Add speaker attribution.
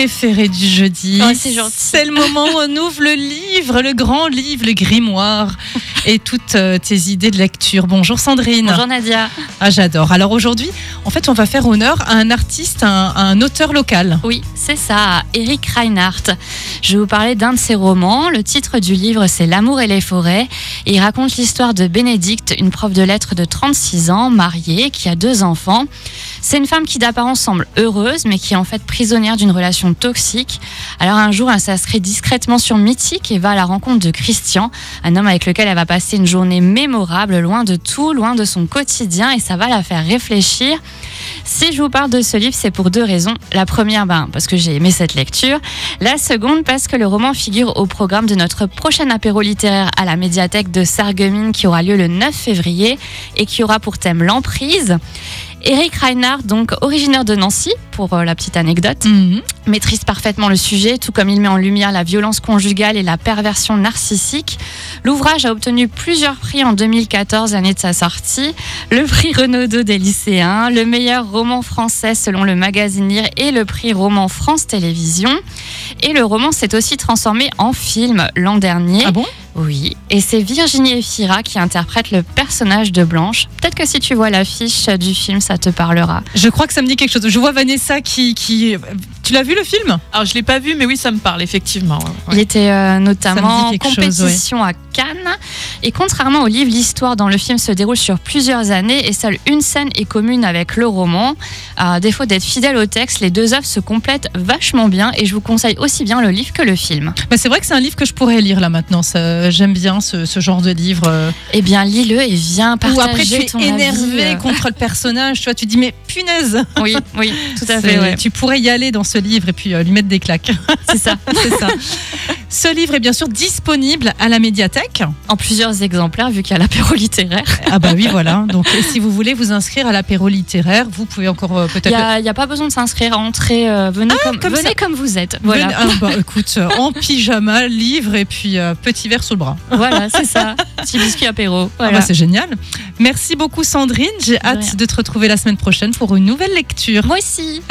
Speaker 1: préférée du jeudi.
Speaker 2: Ah,
Speaker 3: Oh, c'est gentil.
Speaker 1: le moment où on ouvre le livre, le grand livre, le grimoire et toutes euh, tes idées de lecture. Bonjour Sandrine.
Speaker 3: Bonjour Nadia.
Speaker 1: Ah, j'adore. Alors aujourd'hui, en fait, on va faire honneur à un artiste, à un, à un auteur local.
Speaker 3: Oui, c'est ça, Eric Reinhardt. Je vais vous parler d'un de ses romans. Le titre du livre, c'est L'amour et les forêts. Et il raconte l'histoire de Bénédicte, une prof de lettres de 36 ans, mariée, qui a deux enfants. C'est une femme qui d'apparence semble heureuse, mais qui est en fait prisonnière d'une relation toxique. Alors un jour, elle s'inscrit discrètement sur Mythique et va à la rencontre de Christian, un homme avec lequel elle va passer une journée mémorable, loin de tout, loin de son quotidien, et ça va la faire réfléchir. Si je vous parle de ce livre, c'est pour deux raisons. La première, ben, parce que j'ai aimé cette lecture. La seconde, parce que le roman figure au programme de notre prochain apéro littéraire à la médiathèque de Sarreguemines qui aura lieu le 9 février et qui aura pour thème l'emprise. Eric Reinhardt, donc originaire de Nancy, pour euh, la petite anecdote,
Speaker 1: Mhm.
Speaker 3: maîtrise parfaitement le sujet, tout comme il met en lumière la violence conjugale et la perversion narcissique. L'ouvrage a obtenu plusieurs prix en 2014, année de sa sortie, le prix Renaudot des lycéens, le meilleur roman français selon le magazine Lire et le prix roman France Télévisions. Et le roman s'est aussi transformé en film l'an dernier.
Speaker 1: Ah bon
Speaker 3: Oui, et c'est Virginie Efira qui interprète le personnage de Blanche. Peut-être que si tu vois l'affiche du film, ça te parlera.
Speaker 1: Je crois que ça me dit quelque chose. Je vois Vanessa qui. qui... Tu l'as vu le film
Speaker 2: Alors je l'ai pas vu, mais oui, ça me parle effectivement. ouais.
Speaker 3: Il était euh, notamment
Speaker 1: Ça me
Speaker 3: en
Speaker 1: dit quelque chose,
Speaker 3: compétition à Cannes. Et contrairement au livre, l'histoire dans le film se déroule sur plusieurs années et seule une scène est commune avec le roman. À défaut d'être fidèle au texte, les deux œuvres se complètent vachement bien et je vous conseille aussi bien le livre que le film.
Speaker 1: bah, C'est vrai que c'est un livre que je pourrais lire là maintenant. Ça, J'aime bien ce, ce genre de livre. euh,
Speaker 3: Eh bien, lis-le et viens partager
Speaker 1: Ou après tu
Speaker 3: ton
Speaker 1: es
Speaker 3: avis,
Speaker 1: énervé
Speaker 3: euh.
Speaker 1: contre le personnage, tu vois, tu dis mais punaise.
Speaker 3: Oui, oui, tout à fait.
Speaker 1: C'est-
Speaker 3: ouais.
Speaker 1: Tu pourrais y aller dans ce livre et puis euh, lui mettre des claques.
Speaker 3: C'est ça.
Speaker 1: C'est ça. ce livre est bien sûr disponible à la médiathèque.
Speaker 3: En plusieurs exemplaires, vu qu'il y a l'apéro littéraire.
Speaker 1: Ah bah oui voilà. Donc et si vous voulez vous inscrire à l'apéro littéraire, vous pouvez encore euh,
Speaker 3: Il
Speaker 1: peut-être.
Speaker 3: n'y a, il y a pas besoin de s'inscrire. Entrez, euh, venez, comme,
Speaker 1: Ah, comme
Speaker 3: venez
Speaker 1: ça.
Speaker 3: comme vous êtes. Voilà,
Speaker 1: Ah bah, écoute, euh, en pyjama, livre et puis euh, petit verre sous le bras.
Speaker 3: voilà c'est ça. Petit biscuit apéro.
Speaker 1: Ah
Speaker 3: Voilà.
Speaker 1: bah, c'est génial. Merci beaucoup Sandrine. J'ai hâte
Speaker 3: rien.
Speaker 1: de te retrouver la semaine prochaine pour une nouvelle lecture.
Speaker 3: Moi aussi.